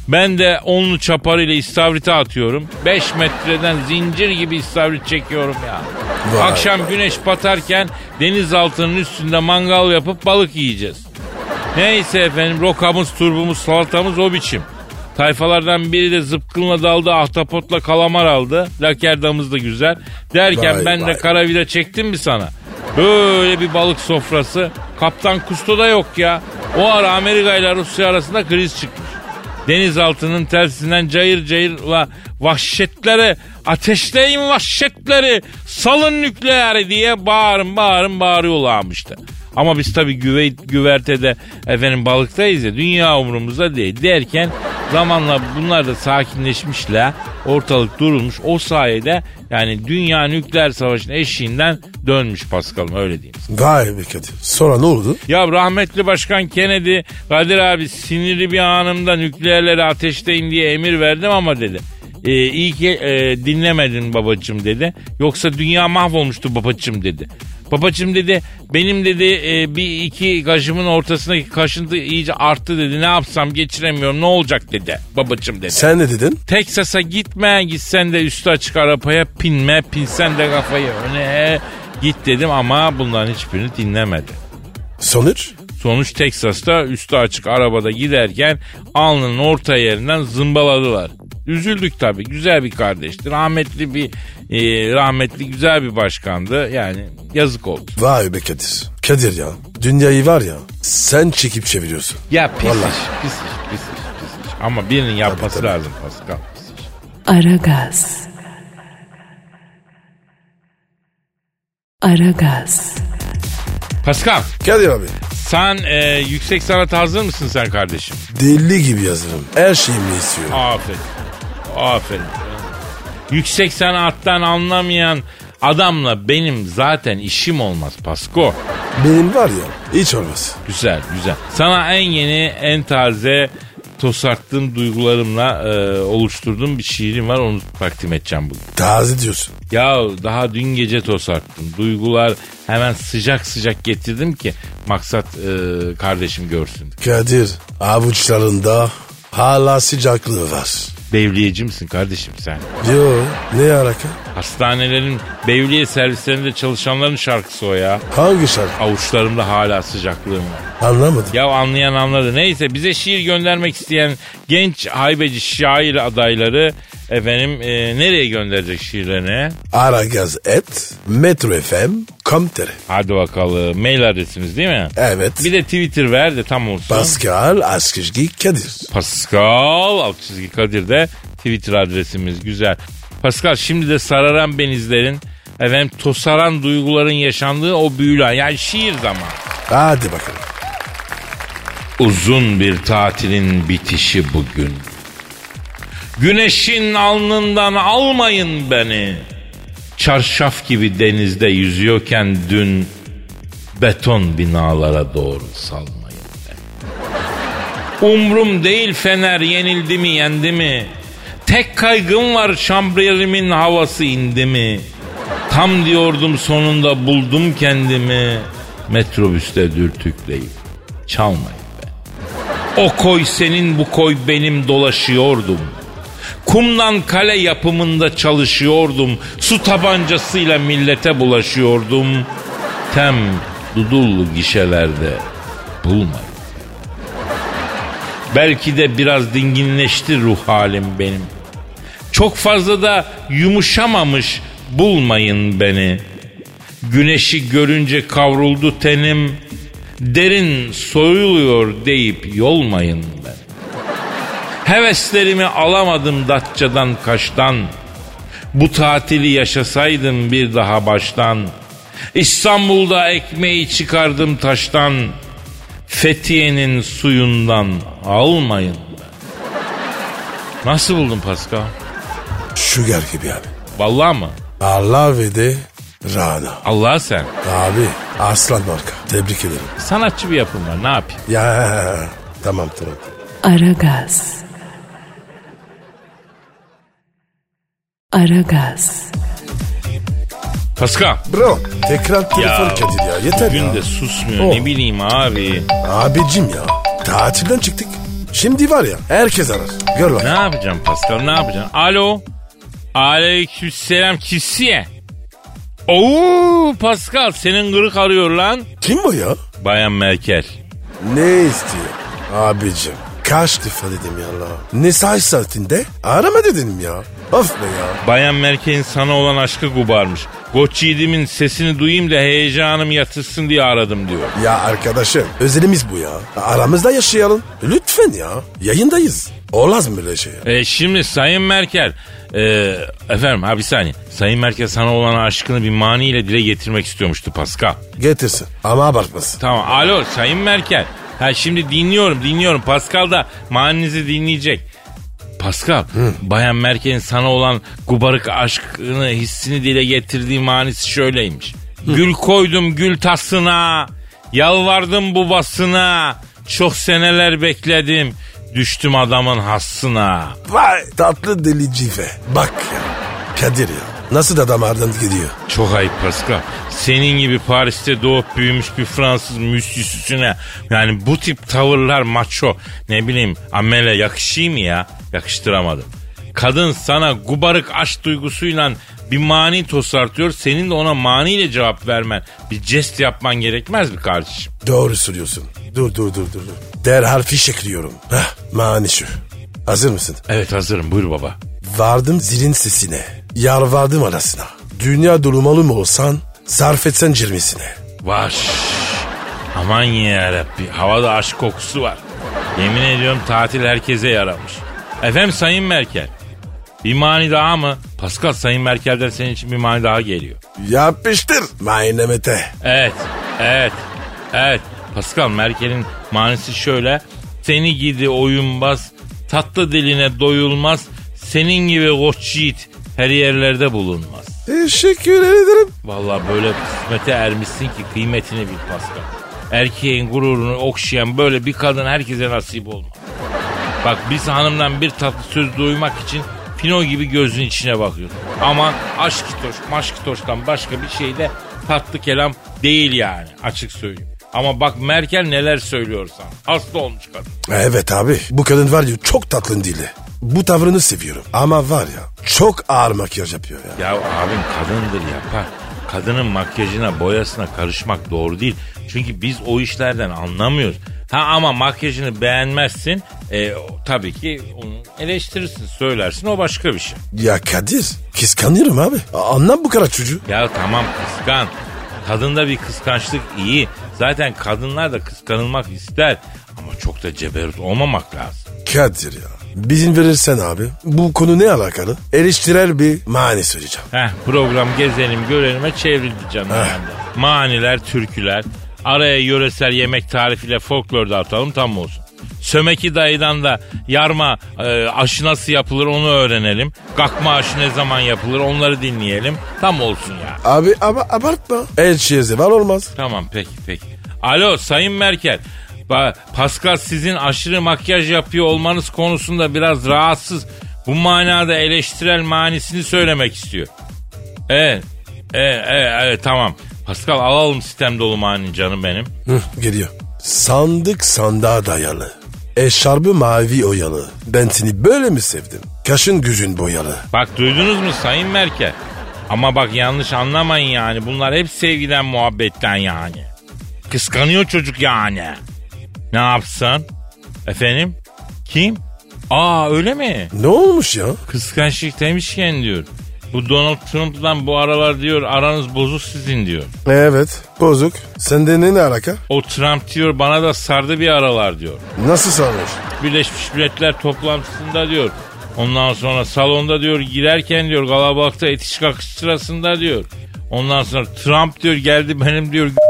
B: Ben de onlu çaparıyla istavrite atıyorum. 5 metreden zincir gibi istavrit çekiyorum ya.
C: Vay
B: Akşam güneş batarken denizaltının üstünde mangal yapıp balık yiyeceğiz. Neyse efendim rokamız, turbumuz, salatamız o biçim. Tayfalardan biri de zıpkınla daldı, ahtapotla kalamar aldı. Lakerdamız da güzel. Derken
C: Vay,
B: ben de
C: vay.
B: karavida çektim mi sana? Böyle bir balık sofrası. Kaptan Kusto da yok ya. O ara Amerika ile Rusya arasında kriz çıkmış. Denizaltının tersinden cayır cayırla vahşetlere ateşleyin vahşetleri salın nükleeri diye bağırın bağırın bağırıyorlarmıştı. Ama biz tabi güve, güvertede efendim balıktayız ya dünya umurumuzda değil derken zamanla bunlar da sakinleşmişler ortalık durulmuş o sayede yani dünya nükleer savaşının eşiğinden dönmüş Paskal'ım öyle diyeyim.
C: Vay be Kadir. Sonra ne oldu?
B: Ya rahmetli başkan Kennedy Kadir abi sinirli bir anımda nükleerleri ateşleyin diye emir verdim ama dedi. "E, iyi ki e, dinlemedin babacım dedi. Yoksa dünya mahvolmuştu babacım dedi. Babacım dedi benim dedi e, bir iki kaşımın ortasındaki kaşıntı iyice arttı dedi. Ne yapsam geçiremiyorum ne olacak dedi babacım dedi.
C: Sen ne dedin?
B: Texas'a gitme gitsen de üstü açık arabaya pinme pinsen de kafayı öne git dedim ama bunların hiçbirini dinlemedi.
C: Sonuç?
B: Sonuç Teksas'ta üstü açık arabada giderken alnının orta yerinden zımbaladılar. Üzüldük tabii. Güzel bir kardeşti. Rahmetli bir e, rahmetli güzel bir başkandı. Yani yazık oldu.
C: Vay be Kadir. Kadir ya. Dünyayı var ya. Sen çekip çeviriyorsun.
B: Ya pis iş,
C: Vallahi.
B: pis iş, pis iş, pis iş. Ama birinin yapması
C: Tabii, tabii.
B: lazım Pascal. Pis iş.
A: Aragaz. Aragaz.
B: Pascal,
C: Kadir abi.
B: sen e, yüksek sanata hazır mısın sen kardeşim?
C: Deli gibi yazarım. Her şeyimi istiyorum.
B: Aferin. Aferin. Yüksek sanattan anlamayan adamla benim zaten işim olmaz Pasko.
C: Benim var ya. Hiç olmaz.
B: Güzel güzel. Sana en yeni en taze tosarttığım duygularımla e, oluşturduğum bir şiirim var onu takdim edeceğim bugün.
C: Taze diyorsun.
B: Ya daha dün gece tosarttım. Duygular hemen sıcak sıcak getirdim ki maksat e, kardeşim görsün.
C: Kadir avuçlarında hala sıcaklığı var.
B: Bevliyeci misin kardeşim sen?
C: Yo ne alaka?
B: Hastanelerin bevliye servislerinde çalışanların şarkısı o ya.
C: Hangi şarkı?
B: Avuçlarımda hala sıcaklığım var.
C: Anlamadım.
B: Ya anlayan anladı. Neyse bize şiir göndermek isteyen genç haybeci şair adayları efendim e, nereye gönderecek şiirlerini?
C: Aragaz et metrofm.com.tr
B: Hadi bakalım. Mail adresimiz değil mi?
C: Evet.
B: Bir de Twitter ver de tam olsun.
C: Pascal Askışgi Kadir.
B: Pascal alt çizgi Kadir de Twitter adresimiz güzel. Pascal şimdi de sararan benizlerin efendim tosaran duyguların yaşandığı o büyülü an. yani şiir zaman.
C: Hadi bakalım.
B: Uzun bir tatilin bitişi bugün. Güneşin alnından almayın beni. Çarşaf gibi denizde yüzüyorken dün beton binalara doğru salmayın beni. Umrum değil fener yenildi mi yendi mi? Tek kaygım var şambrelimin havası indi mi? Tam diyordum sonunda buldum kendimi. Metrobüste dürtükleyip çalmayın be. O koy senin bu koy benim dolaşıyordum. Kumdan kale yapımında çalışıyordum. Su tabancasıyla millete bulaşıyordum. Tem dudullu gişelerde bulmayın. Belki de biraz dinginleşti ruh halim benim. Çok fazla da yumuşamamış bulmayın beni. Güneşi görünce kavruldu tenim. Derin soyuluyor deyip yolmayın beni. Heveslerimi alamadım Datça'dan Kaş'tan. Bu tatili yaşasaydım bir daha baştan. İstanbul'da ekmeği çıkardım taştan. Fethiye'nin suyundan almayın. beni. Nasıl buldun Pascal?
C: Sugar gibi abi.
B: Vallahi mı?
C: Allah ve de Rana.
B: Allah sen.
C: Abi aslan marka. Tebrik ederim.
B: Sanatçı bir yapım var ne yapayım?
C: Ya tamam tamam.
A: Aragaz. Aragaz.
B: Pascal.
C: Bro tekrar telefon Kadir ya yeter
B: bugün
C: ya.
B: de susmuyor
C: Oh.
B: ne bileyim abi.
C: Abicim ya tatilden çıktık. Şimdi var ya herkes arar. Gör
B: Ne
C: lan.
B: yapacağım Pascal ne yapacağım? Alo. Aleykümselam kisiye. Oo Pascal senin gırık arıyor lan.
C: Kim bu ya?
B: Bayan Merkel.
C: Ne istiyor? Abicim kaç defa dedim ya la. Ne saat saatinde? Arama dedim ya. Of be ya.
B: Bayan Merkel'in sana olan aşkı gubarmış. Koç yiğidimin sesini duyayım da heyecanım yatışsın diye aradım diyor.
C: Ya arkadaşım özelimiz bu ya. Aramızda yaşayalım. Lütfen ya. Yayındayız. Olmaz mı böyle şey ya?
B: E şimdi Sayın Merkel, e, efendim ha bir saniye. Sayın Merkel sana olan aşkını bir maniyle dile getirmek istiyormuştu Pascal.
C: Getirsin ama abartmasın.
B: Tamam. Alo Sayın Merkel. Ha şimdi dinliyorum dinliyorum. Pascal da maninizi dinleyecek. Pascal, Bayan Merkel'in sana olan gubarık aşkını, hissini dile getirdiği manisi şöyleymiş. Gül koydum gül tasına, yalvardım babasına, çok seneler bekledim, düştüm adamın hassına.
C: Vay tatlı deli cive. Bak ya. Kadir ya. Nasıl da adam ardından gidiyor.
B: Çok ayıp Pascal. Senin gibi Paris'te doğup büyümüş bir Fransız müstüsüne yani bu tip tavırlar maço ne bileyim amele yakışıyor mu ya? Yakıştıramadım. Kadın sana gubarık aşk duygusuyla bir mani tosartıyor. Senin de ona maniyle cevap vermen, bir jest yapman gerekmez mi kardeşim?
C: Doğru söylüyorsun. Dur dur dur dur. dur. Derhal fişek diyorum. Hah mani şu. Hazır mısın?
B: Evet hazırım buyur baba.
C: Vardım zilin sesine. Yar vardım arasına. Dünya dolumalı mı olsan sarf etsen cirmesine.
B: Var. Aman yarabbi havada aşk kokusu var. Yemin ediyorum tatil herkese yaramış. Efendim Sayın Merkel. Bir mani daha mı? Pascal Sayın Merkel'den senin için bir mani daha geliyor.
C: Yapıştır. Maynemete.
B: Evet, evet, evet. Pascal Merkel'in manisi şöyle. Seni gidi oyunbaz, tatlı diline doyulmaz. Senin gibi koç yiğit her yerlerde bulunmaz.
C: Teşekkür ederim.
B: Vallahi böyle kısmete ermişsin ki kıymetini bil Pascal. Erkeğin gururunu okşayan böyle bir kadın herkese nasip olmaz. Bak biz hanımdan bir tatlı söz duymak için Fino gibi gözün içine bakıyor. Ama aşk kitoş maşk kitoştan başka bir şey de tatlı kelam değil yani açık söyleyeyim. Ama bak Merkel neler söylüyor sana. Hasta olmuş kadın.
C: E, Evet abi bu kadın var ya çok tatlı dili. Bu tavrını seviyorum ama var ya çok ağır makyaj yapıyor ya.
B: Ya abim kadındır yapar. Kadının makyajına boyasına karışmak doğru değil. Çünkü biz o işlerden anlamıyoruz. Ha ama makyajını beğenmezsin. E, o- tabii ki onu eleştirirsin, söylersin o başka bir şey.
C: Ya Kadir kıskanıyorum abi. A- Anlam bu kadar çocuğu.
B: Ya tamam kıskan. Kadında bir kıskançlık iyi. Zaten kadınlar da kıskanılmak ister. Ama çok da ceberut olmamak lazım.
C: Kadir ya. Bizim verirsen abi bu konu ne alakalı? Eleştirel bir mani söyleyeceğim.
B: Heh program gezelim görenime çevrildi canım.
C: Heh.
B: yani. Maniler, türküler. Araya yöresel yemek tarifiyle folklor da atalım tam olsun. Sömeki dayıdan da yarma e, aşı nasıl yapılır onu öğrenelim. Gakma aşı ne zaman yapılır onları dinleyelim. Tam olsun ya.
C: Abi ama abartma. El çiğezi var olmaz.
B: Tamam peki peki. Alo Sayın Merkel. Ba- Pascal sizin aşırı makyaj yapıyor olmanız konusunda biraz rahatsız. Bu manada eleştirel manisini söylemek istiyor. E, Evet. Evet, evet, evet e, tamam. Pascal alalım sistem dolu mani canım benim.
C: Hı, geliyor. Sandık sandığa dayalı. Eşarbı mavi oyalı. Ben seni böyle mi sevdim? Kaşın gücün boyalı.
B: Bak duydunuz mu Sayın Merkel? Ama bak yanlış anlamayın yani. Bunlar hep sevgiden muhabbetten yani. Kıskanıyor çocuk yani. Ne yapsın? Efendim? Kim? Aa öyle mi?
C: Ne olmuş ya?
B: Kıskançlık demişken diyor. Bu Donald Trump'dan bu aralar diyor aranız bozuk sizin diyor.
C: E, Evet bozuk. Sende ne, ne alaka?
B: O Trump diyor bana da sardı bir aralar diyor.
C: Nasıl sarhoş?
B: Birleşmiş Milletler toplantısında diyor. Ondan sonra salonda diyor girerken diyor kalabalıkta etiş kakış sırasında diyor. Ondan sonra Trump diyor geldi benim diyor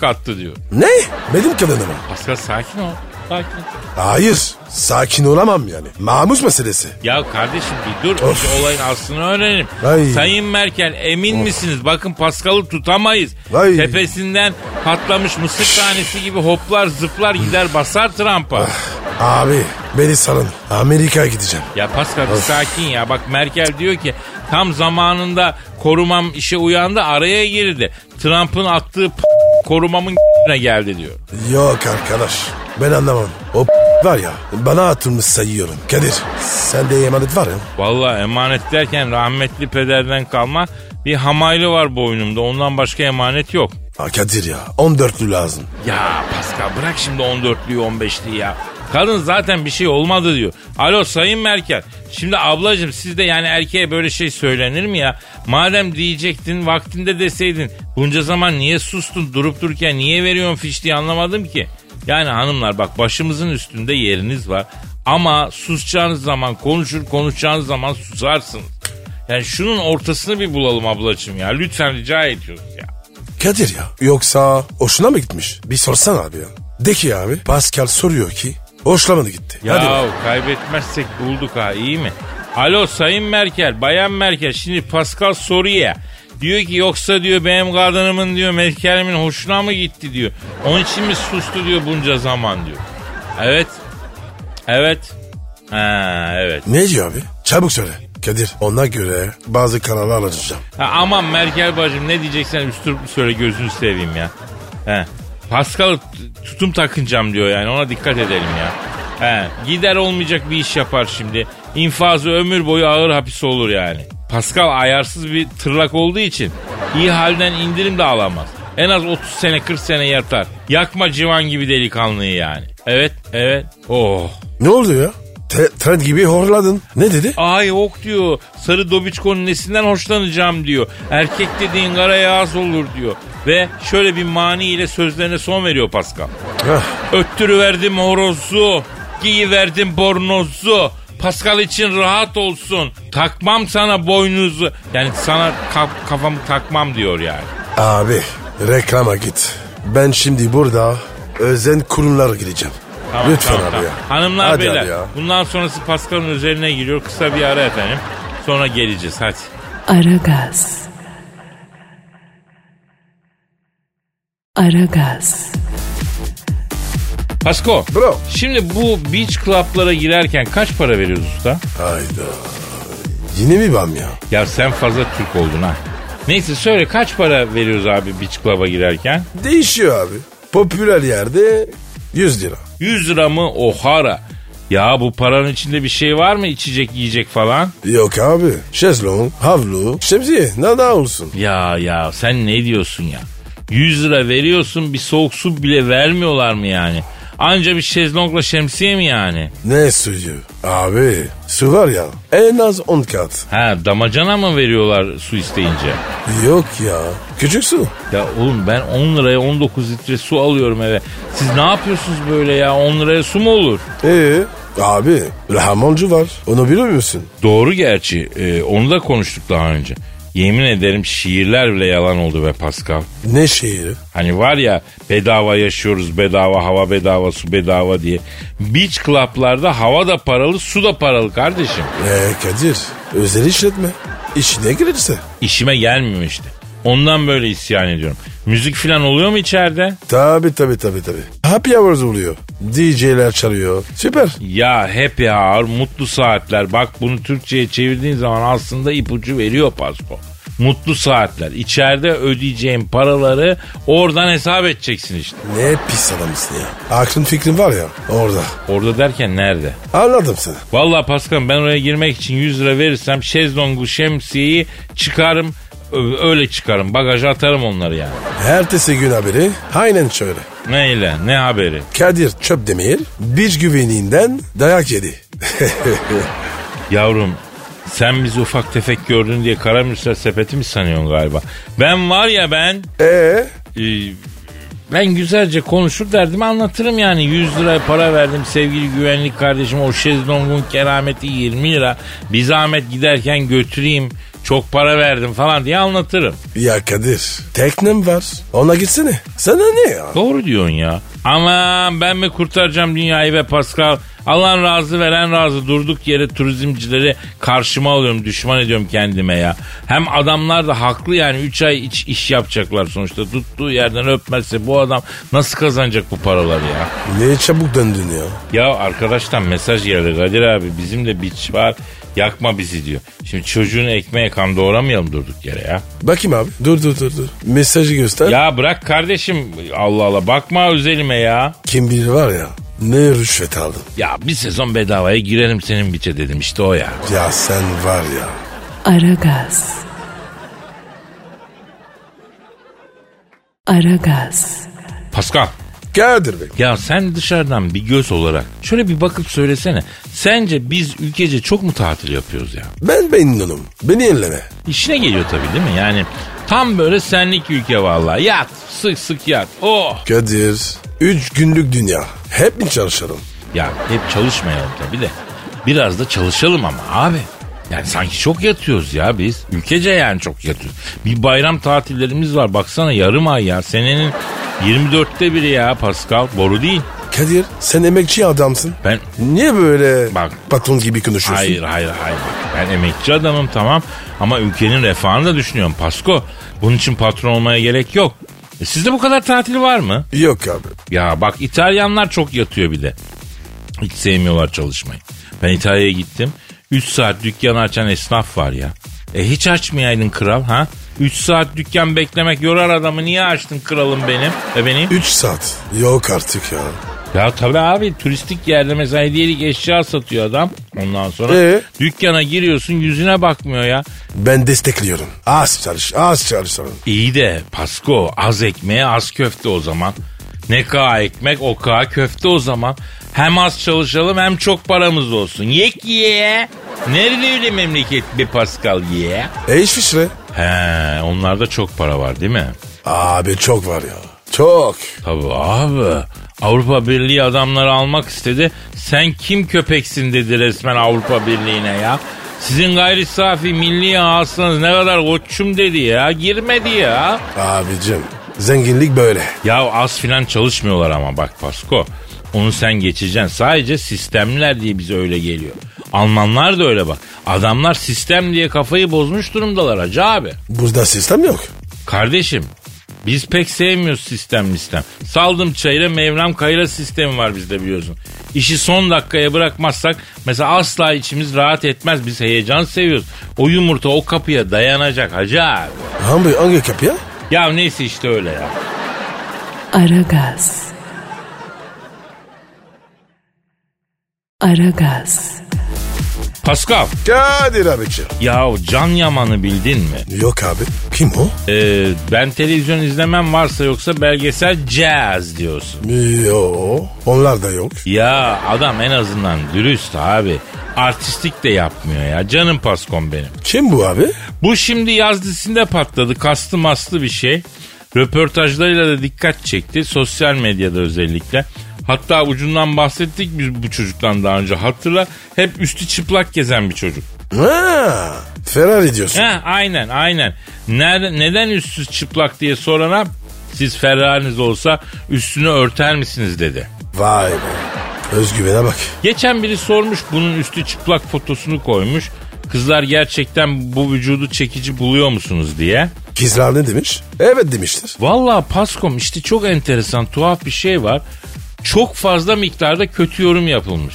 B: kattı diyor.
C: Ne? Benim kadınıma.
B: Pascal sakin ol. Sakin.
C: Hayır. Sakin olamam yani. Mamus meselesi.
B: Ya kardeşim bir dur
C: Of.
B: önce olayın aslını öğrenelim.
C: Vay.
B: Sayın Merkel emin misiniz? Bakın Paskal'ı tutamayız.
C: Vay.
B: Tepesinden patlamış mısır tanesi gibi hoplar zıplar gider basar Trump'a.
C: Ah. Abi beni salın. Amerika'ya gideceğim.
B: ya Pascal bir sakin ya. Bak Merkel diyor ki tam zamanında korumam işe uyandı araya girdi. Trump'ın attığı p- korumamın geldi diyor.
C: Yok arkadaş. Ben anlamam. O var ya bana atılmış sayıyorum. Kadir sende emanet var ya.
B: Vallahi emanet derken rahmetli pederden kalma bir hamaylı var boynumda. Ondan başka emanet yok.
C: Ha Kadir ya 14'lü lazım.
B: Ya Pascal bırak şimdi 14'lüyü 15'liyi ya. Kadın zaten bir şey olmadı diyor. Alo Sayın Merkel. Şimdi ablacığım siz de yani erkeğe böyle şey söylenir mi ya? Madem diyecektin vaktinde deseydin. Bunca zaman niye sustun durup dururken niye veriyorsun fiş diye anlamadım ki. Yani hanımlar bak başımızın üstünde yeriniz var. Ama susacağınız zaman konuşur konuşacağınız zaman susarsınız. Yani şunun ortasını bir bulalım ablacığım ya. Lütfen rica ediyoruz ya.
C: Kadir ya yoksa hoşuna mı gitmiş? Bir sorsan abi ya. De ki abi Pascal soruyor ki hoşlamadı gitti. Hadi
B: Ya
C: be.
B: kaybetmezsek bulduk ha iyi mi? Alo Sayın Merkel, Bayan Merkel şimdi Pascal soruya. Diyor ki yoksa diyor benim kadınımın diyor Merkel'imin hoşuna mı gitti diyor. Onun için mi sustu diyor bunca zaman diyor. Evet. Evet. Ha evet.
C: Ne diyor abi? Çabuk söyle. Kadir ona göre bazı kararlar alacağım.
B: Ha, aman Merkel bacım ne diyeceksen üstürüp söyle gözünü seveyim ya. He. Pascal'ı t- tutum takıncam diyor yani ona dikkat edelim ya. He. Gider olmayacak bir iş yapar şimdi. İnfazı ömür boyu ağır hapis olur yani. Pascal ayarsız bir tırlak olduğu için iyi halden indirim de alamaz. En az 30 sene 40 sene yatar. Yakma civan gibi delikanlıyı yani. Evet evet. Oh.
C: Ne oldu ya? Te- tren gibi horladın. Ne dedi?
B: Ay yok diyor. Sarı Dobiçko'nun nesinden hoşlanacağım diyor. Erkek dediğin kara yağız olur diyor. Ve şöyle bir mani ile sözlerine son veriyor Pascal.
C: Hah.
B: Öttürüverdim horozu. Giyiverdim bornozu. Pascal için rahat olsun. Takmam sana boynuzu. Yani sana ka- kafamı takmam diyor yani.
C: Abi reklama git. Ben şimdi burada özen kurumlara gireceğim.
B: Tamam,
C: Lütfen
B: tamam,
C: abi
B: tamam.
C: ya.
B: Hanımlar
C: Hadi
B: beyler
C: abi ya.
B: bundan sonrası Pascal'ın üzerine giriyor. Kısa bir ara efendim. Sonra geleceğiz hadi.
A: Aragaz. Aragaz.
B: Pasko.
C: Bro.
B: Şimdi bu beach club'lara girerken kaç para veriyoruz usta?
C: Hayda. Yine mi bam ya?
B: Ya sen fazla Türk oldun ha. Neyse söyle kaç para veriyoruz abi beach club'a girerken?
C: Değişiyor abi. Popüler yerde 100 lira.
B: 100 lira mı? Ohara. Ya bu paranın içinde bir şey var mı? İçecek, yiyecek falan.
C: Yok abi. Şezlong, havlu, şemsiye ne daha olsun.
B: Ya ya sen ne diyorsun ya? 100 lira veriyorsun bir soğuk su bile vermiyorlar mı yani? Anca bir şezlongla şemsiye mi yani?
C: Ne suyu? Abi su var ya en az 10 kat.
B: Ha damacana mı veriyorlar su isteyince?
C: Yok ya. Küçük su.
B: Ya oğlum ben 10 liraya 19 litre su alıyorum eve. Siz ne yapıyorsunuz böyle ya? 10 liraya su mu olur?
C: Ee abi lahmacun var. Onu biliyor musun?
B: Doğru gerçi. Ee, onu da konuştuk daha önce. Yemin ederim şiirler bile yalan oldu be Pascal.
C: Ne şehri?
B: Hani var ya bedava yaşıyoruz bedava hava bedava su bedava diye. Beach club'larda hava da paralı su da paralı kardeşim.
C: Ee Kadir özel işletme. İşine girirse.
B: İşime gelmiyor işte. Ondan böyle isyan ediyorum. Müzik falan oluyor mu içeride?
C: Tabi tabi tabi tabi. Happy hours oluyor. DJ'ler çalıyor. Süper.
B: Ya hep ya mutlu saatler. Bak bunu Türkçe'ye çevirdiğin zaman aslında ipucu veriyor Pasko. Mutlu saatler. İçeride ödeyeceğin paraları oradan hesap edeceksin işte.
C: Ne pis adamsın ya. Aklın fikrin var ya orada.
B: Orada derken nerede?
C: Anladım seni.
B: Vallahi Pascal ben oraya girmek için 100 lira verirsem şezlongu şemsiyeyi çıkarım. ö- Öyle çıkarım. Bagaja atarım onları yani.
C: Ertesi gün haberi aynen şöyle.
B: Neyle? Ne haberi?
C: Kadir Çöpdemir bir güveninden dayak yedi.
B: Yavrum sen bizi ufak tefek gördün diye kara müsel sepeti mi sanıyorsun galiba? Ben var ya ben...
C: Ee,
B: e, ben güzelce konuşur derdimi anlatırım yani. 100 lira para verdim sevgili güvenlik kardeşim. O şezlongun kerameti 20 lira. Bir zahmet giderken götüreyim. Çok para verdim falan diye anlatırım.
C: ya Kadir teknem var ona gitsene. Sana ne ya?
B: Doğru diyorsun ya. Aman ben mi kurtaracağım dünyayı be Pascal? Alan razı veren razı durduk yere turizmcileri karşıma alıyorum düşman ediyorum kendime ya. Hem adamlar da haklı yani 3 ay iç iş yapacaklar sonuçta. Tuttuğu yerden öpmezse bu adam nasıl kazanacak bu paraları ya?
C: Ne çabuk döndün ya.
B: Ya arkadaştan mesaj geldi Kadir abi bizim de biç var yakma bizi diyor. Şimdi çocuğun ekmeğe kan doğramayalım durduk yere ya.
C: Bakayım abi dur dur dur dur. Mesajı göster.
B: Ya bırak kardeşim Allah Allah bakma özelime ya.
C: Kim bilir var ya ne rüşvet aldın.
B: Ya bir sezon bedavaya girerim senin biçe dedim işte o ya.
C: Ya sen var ya.
A: Aragaz. Aragaz.
B: Pascal
C: Kadir Bey.
B: ya sen dışarıdan bir göz olarak şöyle bir bakıp söylesene. Sence biz ülkece çok mu tatil yapıyoruz ya?
C: Ben memnunum. Beni yenileme.
B: İşine geliyor tabii değil mi? Yani tam böyle senlik ülke vallahi. Yat sık sık yat. Oh.
C: Kadir. Üç günlük dünya. Hep mi çalışalım?
B: Ya hep çalışmayalım tabii de. Biraz da çalışalım ama abi. Yani sanki çok yatıyoruz ya biz. Ülkece yani çok yatıyoruz. Bir bayram tatillerimiz var. Baksana yarım ay ya. Senenin 24'te biri ya Pascal. Boru değil.
C: Kadir sen emekçi adamsın.
B: Ben
C: Niye böyle
B: Bak.
C: patron gibi konuşuyorsun?
B: hayır hayır hayır. Ben emekçi adamım tamam ama ülkenin refahını da düşünüyorum Pasko. Bunun için patron olmaya gerek yok. E sizde bu kadar tatil var mı?
C: Yok abi.
B: Ya bak İtalyanlar çok yatıyor bir de. Hiç sevmiyorlar çalışmayı. Ben İtalya'ya gittim. 3 saat dükkan açan esnaf var ya. E hiç açmayaydın kral ha? 3 saat dükkan beklemek yorar adamı. Niye açtın kralım benim? E benim?
C: 3 saat. Yok artık ya.
B: Ya tabii abi turistik yerde mesela hediyelik eşya satıyor adam. Ondan sonra
C: Ee?
B: dükkana giriyorsun yüzüne bakmıyor ya.
C: Ben destekliyorum. Az çalış, az çalışalım.
B: İyi de Pasko az ekmeğe az köfte o zaman. Ne kağa ekmek o kağa köfte o zaman. Hem az çalışalım hem çok paramız olsun. Yek ye. Nerede öyle memleket bir Pascal ye?
C: E iş fişre.
B: He onlarda çok para var değil mi?
C: Abi çok var ya. Çok.
B: Tabii abi. Avrupa Birliği adamları almak istedi. Sen kim köpeksin dedi resmen Avrupa Birliği'ne ya. Sizin gayri safi milli hasılanız ne kadar koçum dedi ya. Girmedi ya.
C: Abicim zenginlik böyle.
B: Ya az filan çalışmıyorlar ama bak Pasko. Onu sen geçeceksin. Sadece sistemler diye bize öyle geliyor. Almanlar da öyle bak. Adamlar sistem diye kafayı bozmuş durumdalar hacı abi.
C: Burada sistem yok.
B: Kardeşim Biz pek sevmiyoruz sistem sistem. Saldım çayıra Mevlam kayıra sistemi var bizde biliyorsun. İşi son dakikaya bırakmazsak mesela asla içimiz rahat etmez. Biz heyecan seviyoruz. O yumurta o kapıya dayanacak hacı abi.
C: Hangi, hangi kapıya?
B: Ya neyse işte öyle ya.
A: Aragaz. Aragaz.
B: Pascal
C: Kadir abici.
B: ya Can Yaman'ı bildin mi?
C: Yok abi. Kim o?
B: Ee, ben televizyon izlemem varsa yoksa belgesel jazz diyorsun.
C: Yo. Onlar da yok.
B: Ya adam en azından dürüst abi. Artistik de yapmıyor ya. Canım paskom benim.
C: Kim bu abi?
B: Bu şimdi yaz dizisinde patladı. Kastı maslı bir şey. Röportajlarıyla da dikkat çekti. Sosyal medyada özellikle. Hatta ucundan bahsettik biz bu çocuktan daha önce. Hatırla hep üstü çıplak gezen bir çocuk.
C: Ha, Ferrari diyorsun.
B: Ha, aynen aynen. Nerede, neden üstü çıplak diye sorana siz Ferrari'niz olsa üstünü örter misiniz dedi.
C: Vay be. Özgüvene bak.
B: Geçen biri sormuş bunun üstü çıplak fotosunu koymuş. Kızlar gerçekten bu vücudu çekici buluyor musunuz diye.
C: Kızlar ne demiş? Evet demiştir.
B: Valla Paskom işte çok enteresan tuhaf bir şey var. Çok fazla miktarda kötü yorum yapılmış.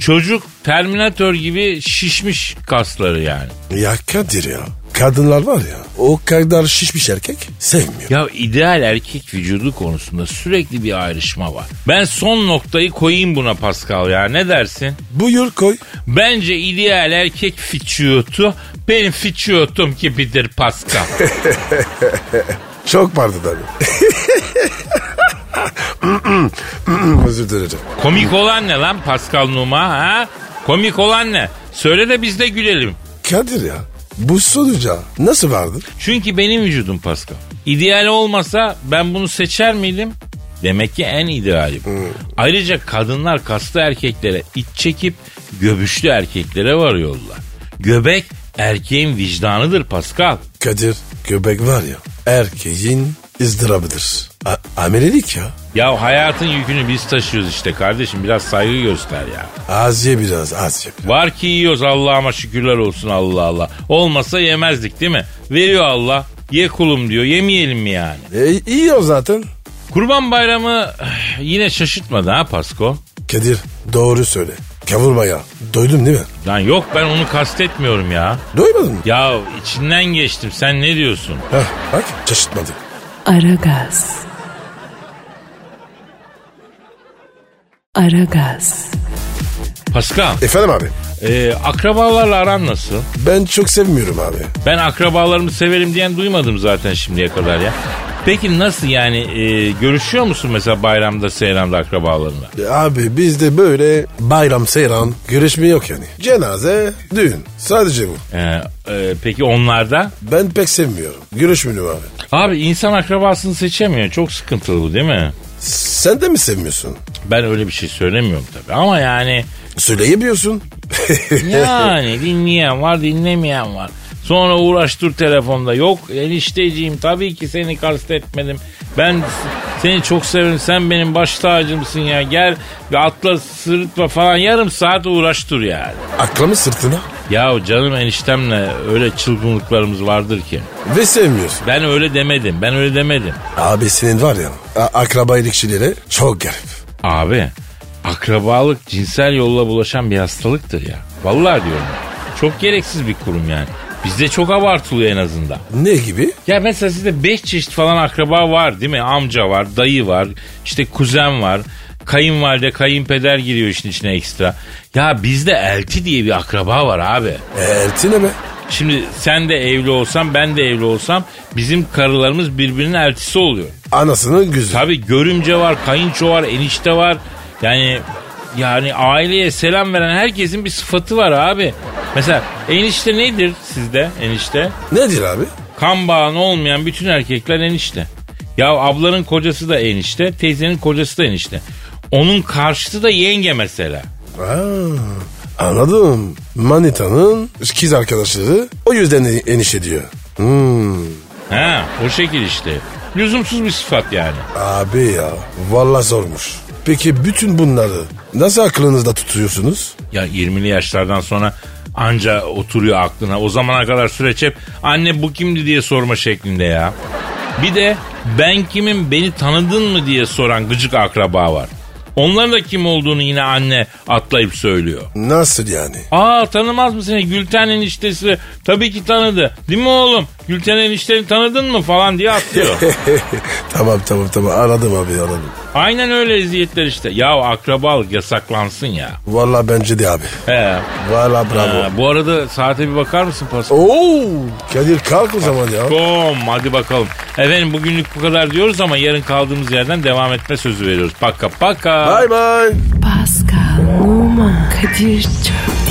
B: Çocuk Terminator gibi şişmiş kasları yani.
C: Ya Kadir ya. Kadınlar var ya. O kadar şişmiş erkek sevmiyor.
B: Ya ideal erkek vücudu konusunda sürekli bir ayrışma var. Ben son noktayı koyayım buna Pascal ya ne dersin?
C: Buyur koy.
B: Bence ideal erkek fiçiyotu benim fiçiyotum gibidir Pascal.
C: Çok pardon abi. Özür dilerim.
B: Komik olan ne lan Pascal Numa ha? Komik olan ne? Söyle de biz de gülelim.
C: Kadir ya. Bu sonuca nasıl vardın?
B: Çünkü benim vücudum Pascal. İdeal olmasa ben bunu seçer miydim? Demek ki en ideali bu. Ayrıca kadınlar kaslı erkeklere iç çekip göbüşlü erkeklere varıyorlar. Göbek erkeğin vicdanıdır Pascal.
C: Kadir göbek var ya erkeğin ızdırabıdır. A- amelelik ya.
B: Ya hayatın yükünü biz taşıyoruz işte kardeşim biraz saygı göster ya.
C: Az ye biraz az ye.
B: Var ki yiyoruz Allah'ıma şükürler olsun Allah Allah. Olmasa yemezdik değil mi? Veriyor Allah. Ye kulum diyor. Yemeyelim mi yani?
C: E, iyi o zaten.
B: Kurban Bayramı eh, yine şaşırtmadı ha Pasko.
C: Kadir doğru söyle. Kavurma ya. Doydun değil mi?
B: Lan yok ben onu kastetmiyorum ya.
C: Doymadın mı?
B: Ya içinden geçtim sen ne diyorsun?
C: Heh, bak şaşırtmadı.
A: Aragaz. Aragaz.
B: Pascal
C: Efendim abi
B: eh, akrabalarla aran nasıl?
C: ben çok sevmiyorum abi.
B: Ben akrabalarımı severim diyen duymadım zaten şimdiye kadar ya. Peki nasıl yani eh, görüşüyor musun mesela bayramda seyramda akrabalarınla?
C: E, Abi bizde böyle bayram seyran görüşme yok yani. Cenaze, düğün sadece bu.
B: Eh, eh, peki onlarda?
C: Ben pek sevmiyorum. Görüşmüyorum abi.
B: Abi insan akrabasını seçemiyor. Çok sıkıntılı bu değil mi?
C: Sen de mi sevmiyorsun?
B: Ben öyle bir şey söylemiyorum tabii ama yani
C: Söyleyebiliyorsun.
B: yani dinleyen var dinlemeyen var. Sonra uğraştır telefonda. Yok enişteciğim tabii ki seni kastetmedim. Ben s- seni çok severim. Sen benim baş tacımsın ya. Gel ve atla sırıtma falan. Yarım saat uğraştır yani.
C: Aklımı sırtına
B: Ya canım eniştemle öyle çılgınlıklarımız vardır ki.
C: ve sevmiyorsun.
B: Ben öyle demedim. Ben öyle demedim.
C: Abi senin var ya a- akraba ilişkileri çok garip.
B: Abi akrabalık cinsel yolla bulaşan bir hastalıktır ya. Vallahi diyorum. Çok gereksiz bir kurum yani. Bizde çok abartılıyor en azından.
C: Ne gibi?
B: Ya mesela sizde 5 çeşit falan akraba var değil mi? Amca var, dayı var, işte kuzen var. Kayınvalide, kayınpeder giriyor işin içine ekstra. Ya bizde elti diye bir akraba var abi.
C: E, Eltine mi?
B: Şimdi sen de evli olsan, ben de evli olsam bizim karılarımız birbirinin eltisi oluyor.
C: Anasının gözü.
B: Tabii görümce var, kayınço var, enişte var. Yani yani aileye selam veren herkesin bir sıfatı var abi. Mesela enişte nedir sizde enişte?
C: Nedir abi?
B: Kan bağın olmayan bütün erkekler enişte. Ya ablanın kocası da enişte, teyzenin kocası da enişte. Onun karşıtı da yenge mesela.
C: Aa, anladım. Manitanın kız arkadaşları o yüzden en- enişte diyor. Hmm.
B: Ha, o şekil işte. Lüzumsuz bir sıfat yani.
C: Abi ya valla zormuş. Peki bütün bunları nasıl aklınızda tutuyorsunuz?
B: Ya 20'li yaşlardan sonra anca oturuyor aklına. O zamana kadar süreç hep anne bu kimdi diye sorma şeklinde ya. Bir de ben kimim beni tanıdın mı diye soran gıcık akraba var. Onların da kim olduğunu yine anne atlayıp söylüyor.
C: Nasıl yani?
B: Aa tanımaz mı seni Gülten eniştesi? Tabii ki tanıdı. Değil mi oğlum? Gülten enişteni tanıdın mı falan diye atlıyor.
C: tamam tamam tamam aradım abi aradım.
B: Aynen öyle eziyetler işte. Ya akrabalık yasaklansın ya.
C: Valla bence de abi.
B: He.
C: Valla bravo.
B: Ha, bu arada saate bir bakar mısın Pascal?
C: Oo, Kadir kalk o zaman ya.
B: Bom hadi bakalım. Efendim bugünlük bu kadar diyoruz ama yarın kaldığımız yerden devam etme sözü veriyoruz. Paka paka.
C: Bye bye.
A: Pascal, Oman, Kadir çok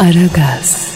A: Aragaz.